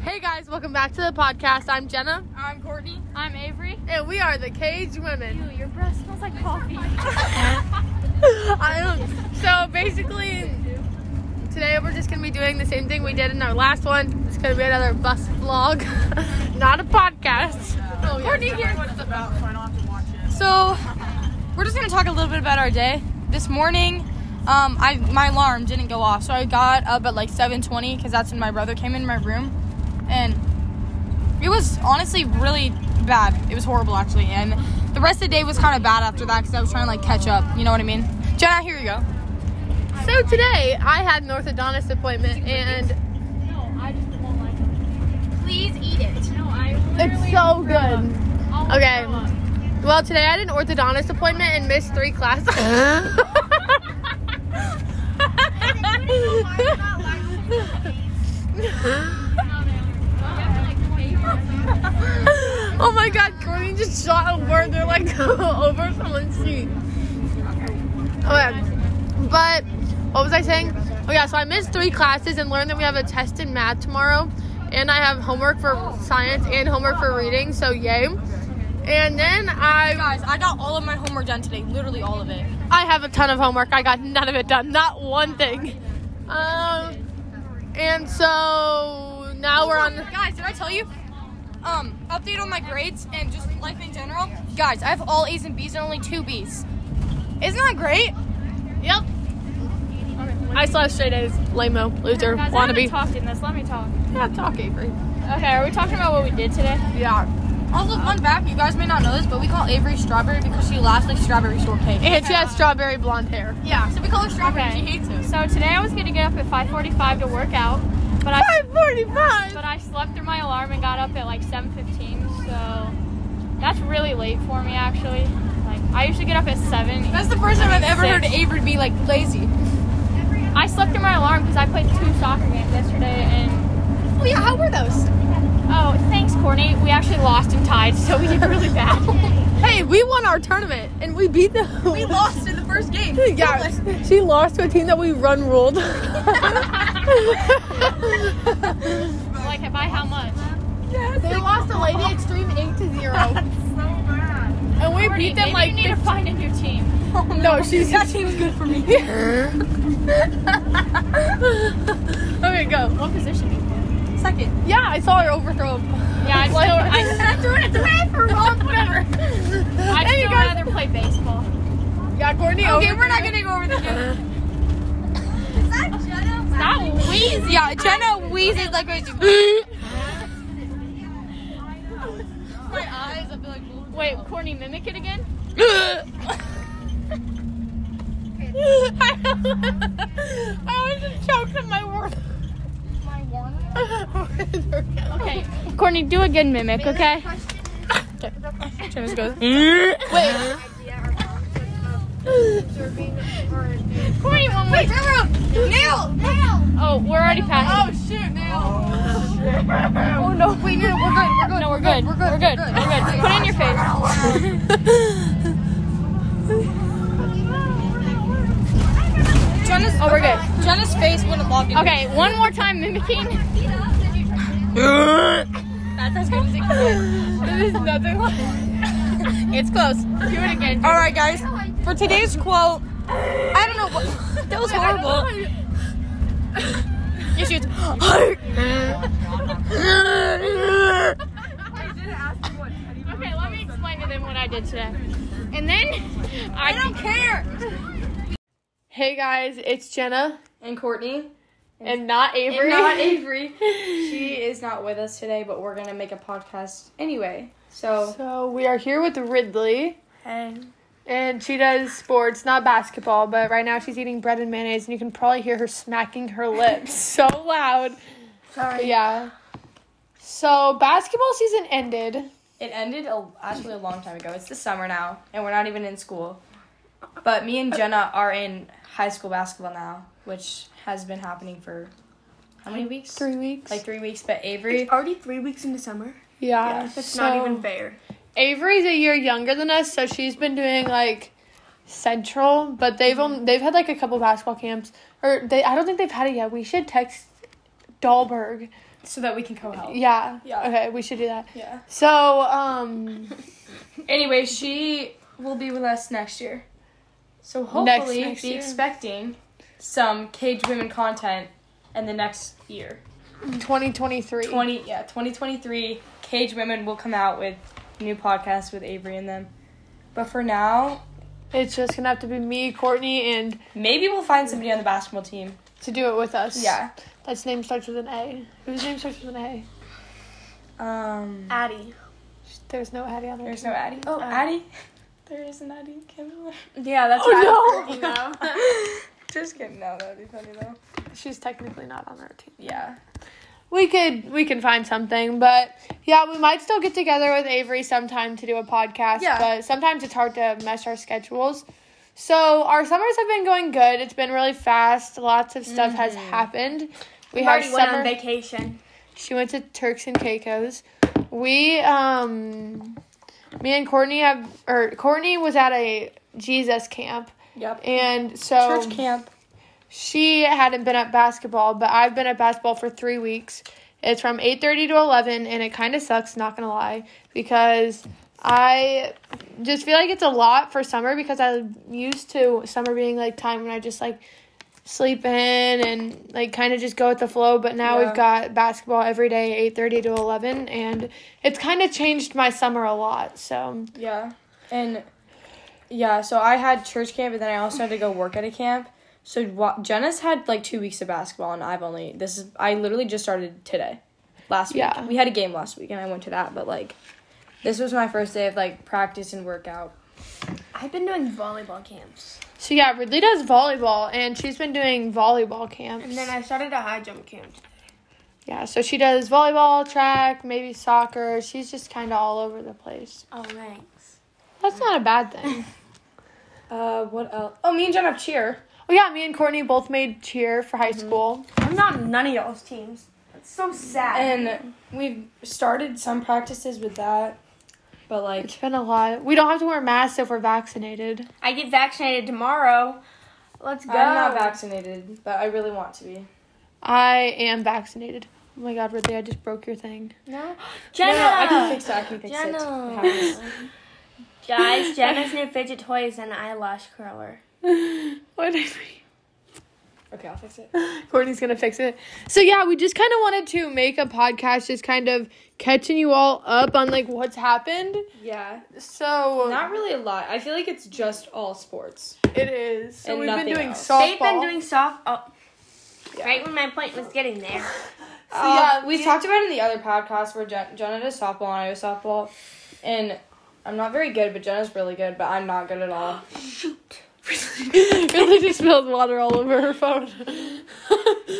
Hey guys, welcome back to the podcast. I'm Jenna, I'm Courtney. I'm Avery. and we are the Cage Women. Ew, your breath smells like coffee. I am. So basically, today we're just gonna be doing the same thing we did in our last one. It's gonna be another bus vlog, not a podcast. Oh, Courtney here. so, we're just gonna talk a little bit about our day. This morning, um, I my alarm didn't go off, so I got up at like 7:20 because that's when my brother came in my room, and it was honestly really bad. It was horrible actually, and the rest of the day was kind of bad after that because I was trying to like catch up. You know what I mean? Jenna, here you go. So today I had an orthodontist appointment and No, I just won't like it. Please eat it. No, I it's so good. I'll Okay. throw up. Well, today I had an orthodontist appointment and missed three classes. oh my god, Courtney just shot a word. They're like over someone's seat. Okay. But what was I saying? Oh yeah, so I missed three classes and learned that we have a test in math tomorrow. And I have homework for science and homework for reading, so yay. And then I Guys, I got all of my homework done today. Literally all of it. I have a ton of homework. I got none of it done. Not one thing. Um and so now we're on Guys, did I tell you? Um, update on my grades and just life in general. Guys, I have all A's and B's and only two B's. Isn't that great? Yep. I slash straight A's, lameo, loser, Guys, I haven't wannabe. talked in this. Let me talk. yeah, talk Avery. Okay, are we talking about what we did today? Yeah. Also, fun fact, you guys may not know this, but we call Avery Strawberry because she laughs like strawberry shortcake. And she has strawberry blonde hair. Yeah, so we call her Strawberry. Okay. She hates us. So today I was gonna get up at 5:45 to work out, but I 545! but I slept through my alarm and got up at like 7:15. So that's really late for me actually. Like I usually get up at seven. That's the first time I've ever heard Six. Avery be like lazy. I slept through my alarm because I played two soccer games yesterday and Oh yeah, how were those? oh thanks Courtney. We actually lost and tied, so we did really bad. Hey, we won our tournament and we beat them. We lost in the first game. yeah, she lost to a team that we run ruled. they like by how much? lost to Lady Extreme 8 to 0. And we Courtney, beat them maybe like you need to find a new team. No, she's that team's good for me. Okay, go. What position? do you play? Second. Yeah, I saw her overthrow. Yeah, I still, doing I, it today for Rob, whatever. I Hey, you still guys. rather play baseball. Yeah, Courtney. Okay, we're not overthrew it. gonna go over the game. Stop wheezing. Yeah, Jenna wheezes like crazy. My eyes, I feel like. Wait, Courtney, mimic it again. I always just choked on my word. My warm. Okay, Courtney, do a good mimic, okay? Jenna just goes. Wait. Courtney, one more. Nail! Oh, we're already Oh past. shoot, now. Oh no, wait, no, we're good, we're good. No, we're good. We're good. We're good. We're good. Put it in your face. Oh, Jenna's, Oh, we're good. Jenna's face wouldn't log in. Okay, one more time mimicking. That's as good as it can get. It is nothing like It's close. Do it again. All right, guys. For today's quote, I don't know what. That was horrible. Yes, you. Okay, let me explain to them what I did today. And then I, don't care. Hey guys, it's Jenna And Courtney, and not Avery. and not Avery. She is not with us today, but we're gonna make a podcast anyway. So So we are here with Ridley. And she does sports, not basketball, but right now she's eating bread and mayonnaise, and you can probably hear her smacking her lips so loud. sorry. Yeah. So basketball season ended. It ended a, actually a long time ago. It's the summer now, and we're not even in school. But me and Jenna are in high school basketball now, which has been happening for how many weeks? Three weeks. Like three weeks. But Avery, Already three weeks into summer. yeah. That's so- not even fair. Avery's a year younger than us, so she's been doing like central, but they've only, they've had like a couple basketball camps, or they I don't think they've had it yet. We should text Dahlberg so that we can co-help. Yeah. Yeah. Okay, we should do that. Yeah. So, um, Anyway, she will be with us next year. So hopefully next be year. expecting some cage women content in the next year. 2023. 20 yeah, 2023 cage women will come out with new podcasts with Avery and them. But for now, It's just gonna have to be me, Courtney, and maybe we'll find somebody on the basketball team. to do it with us. Yeah. That's name starts with an A. Whose name starts with an A? Um Addie. There's no Addie on there. there's no Addie. Oh, Addie. There is an Addie Kimbler. Yeah, that's Oh, Addie. No. Just kidding. No, that would be funny though. She's technically not on our team. Yeah. We could we can find something, but yeah, we might still get together with Avery sometime to do a podcast. Yeah. But sometimes it's hard to mesh our schedules. So our summers have been going good. It's been really fast. Lots of stuff has happened. We We have already went summer. on vacation. She went to Turks and Caicos. We um me and Courtney have or Courtney was at a Jesus camp Yep. and so Church camp. she hadn't been at basketball, but I've been at basketball for three weeks. It's from eight thirty to eleven, and it kind of sucks, not gonna lie, because I just feel like it's a lot for summer because I'm used to summer being like time when I just like sleep in and like kind of just go with the flow. But now Yeah. we've got basketball every day, eight thirty to eleven, and it's kind of changed my summer a lot. So Yeah. And yeah, so I had church camp, and then I also had to go work at a camp. So wa- Jenna's had like two weeks of basketball, and I've only this is I literally just started today, last week. Yeah. We had a game last week, and I went to that, but like this was my first day of like practice and workout. I've been doing volleyball camps. so yeah, Ridley does volleyball, and she's been doing volleyball camps. And then I started a high jump camp. Yeah, so she does volleyball, track, maybe soccer. She's just kind of all over the place. Oh, thanks. That's not a bad thing. Uh, what else? Oh, me and Jenna have cheer. Oh yeah, me and Courtney both made cheer for high Mm-hmm. school. I'm not on none of y'all's teams. That's so sad. And we've started some practices with that, but like It's been a lot. We don't have to wear masks if we're vaccinated. I get vaccinated tomorrow. Let's go. I'm not vaccinated, but I really want to be. I am vaccinated. Oh my god, Ridley, I just broke your thing. No? No, Jenna! no, I can fix it. I can fix it. Jenna. It happens. Guys, Jenna's new fidget toy is an eyelash curler. What did we? Okay, I'll fix it. Courtney's gonna fix it. So yeah, we just kind of wanted to make a podcast, just kind of catching you all up on like what's happened. Yeah. So Not really a lot. I feel like it's just all sports. it is. So And we've been nothing doing else. softball. They've been doing soft. Oh, right when my point was getting there. yeah, we do- talked about it in the other podcast where Jen, Jenna does softball and I do softball. And I'm not very good, but Jenna's really good, but I'm not good at all. Ridley just spilled water all over her phone. But If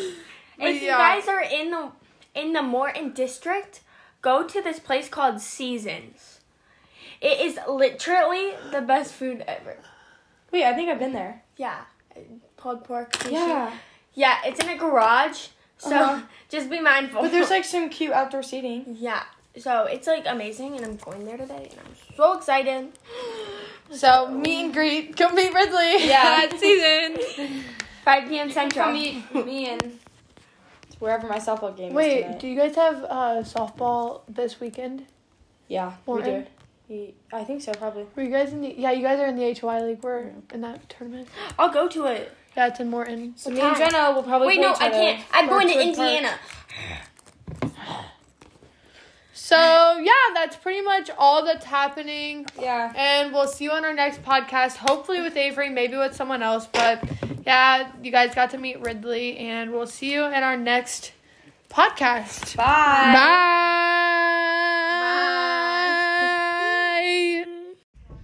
yeah. you guys are in the in the Morton district, go to this place called Seasons. It is literally the best food ever. Wait, I think I've been there. Yeah, pulled pork. sushi. Yeah, it's in a garage, so Uh-huh. just be mindful. But there's like some cute outdoor seating. yeah, so it's like amazing, and I'm going there today, and I'm so excited. So meet and greet. Come meet Ridley. Yeah. season. 5 p.m. Central. meet me and it's wherever my softball game is. Wait, tonight. do you guys have uh, softball this weekend? yeah, we do. Morton? We, I think so, probably. Were you guys in the? Yeah, you guys are in the HY league. We're in that tournament. I'll go to it. Yeah, it's in Morton. So me and Jenna will probably. Wait, play no, each I other. can't. I'm going to Birchwood Park. Indiana. So yeah, that's pretty much all that's happening, Yeah. and we'll see you on our next podcast. Hopefully with Avery, maybe with someone else. But yeah, you guys got to meet Ridley, and we'll see you in our next podcast. Bye. Bye.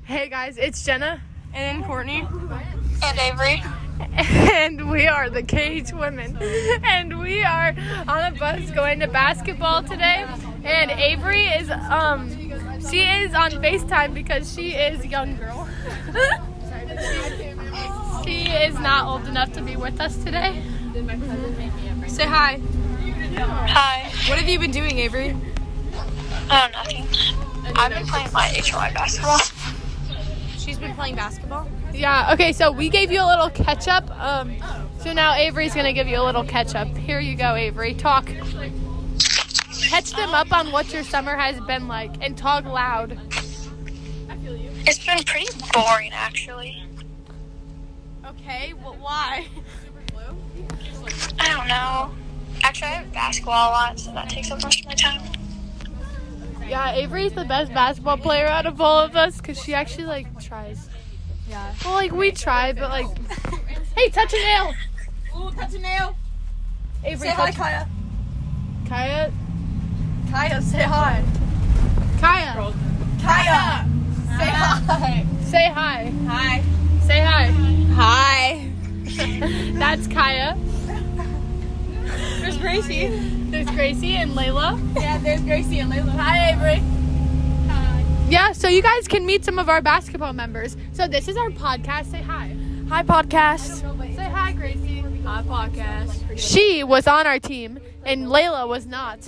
Hey guys, it's Jenna, And then Courtney. and we are the Cage Women, and we are on a bus going to basketball today. And Avery is um, she is on Facetime because she is a young girl. she is not old enough to be with us today. Say hi. Hi. What have you been doing, Avery? Oh, nothing. I've been playing my HY basketball. She's been playing basketball. Yeah. Okay. So we gave you a little catch up. Um, so now Avery's gonna give you a little catch up. Here you go, Avery. Talk. catch them up on what your summer has been like and talk loud. It's been pretty boring, actually. Okay, well, why? I don't know. Actually, I have basketball a lot, so that takes up most of my time. Yeah, Avery's the best basketball player out of all of us because she actually like tries. Yeah. Well, like we try, but like, hey, touch a nail. Ooh, touch a nail. Avery, Say hi, touch Kaya. Kaya. Kaya, say hi. Kaya, Kaya, say hi. say hi. Hi. Say hi. Hi. That's Kaya. There's Gracie. There's Gracie and Layla. Yeah, there's Gracie and Layla. Hi, Avery. Yeah, so you guys can meet some of our basketball members. So this is our podcast. Say hi. Hi, podcast. Say hi, Gracie. Hi, podcast. She was on our team, and Layla was not.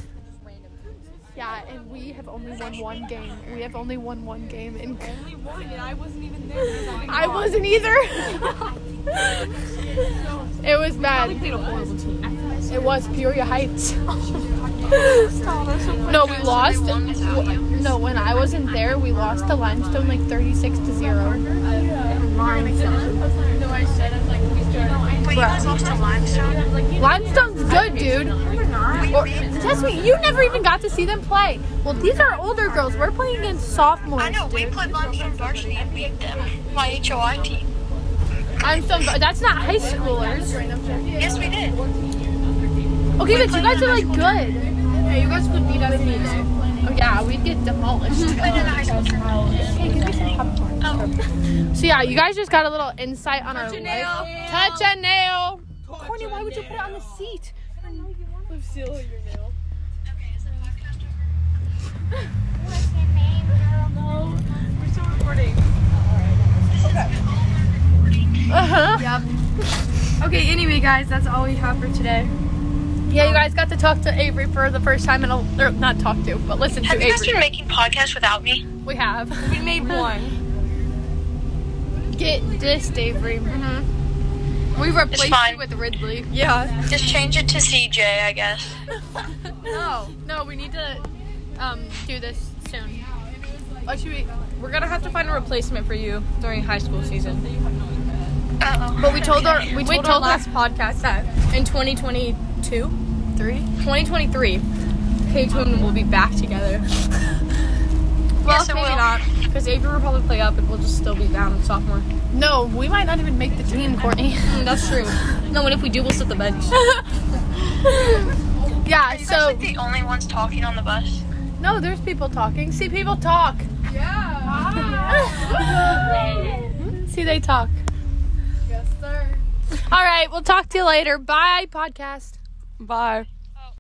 Yeah, and we have only won one game. We have only won one game, and Only one, and I wasn't even there. I wasn't either. it was bad. It was Peoria Heights. no, we lost. No, when I wasn't there, we lost to Limestone like 36 to 0. Wait, you guys lost to Limestone? Limestone's good, dude. Or- Yes, we, you never even got to see them play. Well, these are older girls. We're playing against sophomores. I know, we played Limestone varsity and beat them. My HOI team. Limestone, but that's not high schoolers. Yes, we did. Okay, but you guys are like good. Yeah, you guys could beat us either. Oh yeah, we'd get demolished. Played in the high school tournament. So yeah, you guys just got a little insight on our life. Touch a nail. Courtney, why would you put it on the seat? Uh huh. Uh-huh. Okay, anyway, guys, that's all we have for today. Yeah, you guys got to talk to Avery for the first time, and or not talk to, but listen to Have you guys Avery. been making podcasts without me? We have. We made one. Get dissed, Avery. Mm-hmm. We replaced fine. you with Ridley. Yeah. Just change it to CJ, I guess. No, no, we need to um, do this soon. What should we? We're gonna have to find a replacement for you during high school season. Uh-oh. But we told our we told, We our told last podcast that in 2022, three, 2023, Paige Women will be back together. well, Yes, it maybe will. not, because Avery will probably play up, and we'll just still be down in sophomore. No, we might not even make the team, Courtney. Mm, that's true. No, and if we do, we'll sit the bench. yeah. You guys So like the only ones talking on the bus. no, there's people talking. See people talk. Yeah. See they talk. Yes, sir. All right, we'll talk to you later. Bye, podcast. Bye.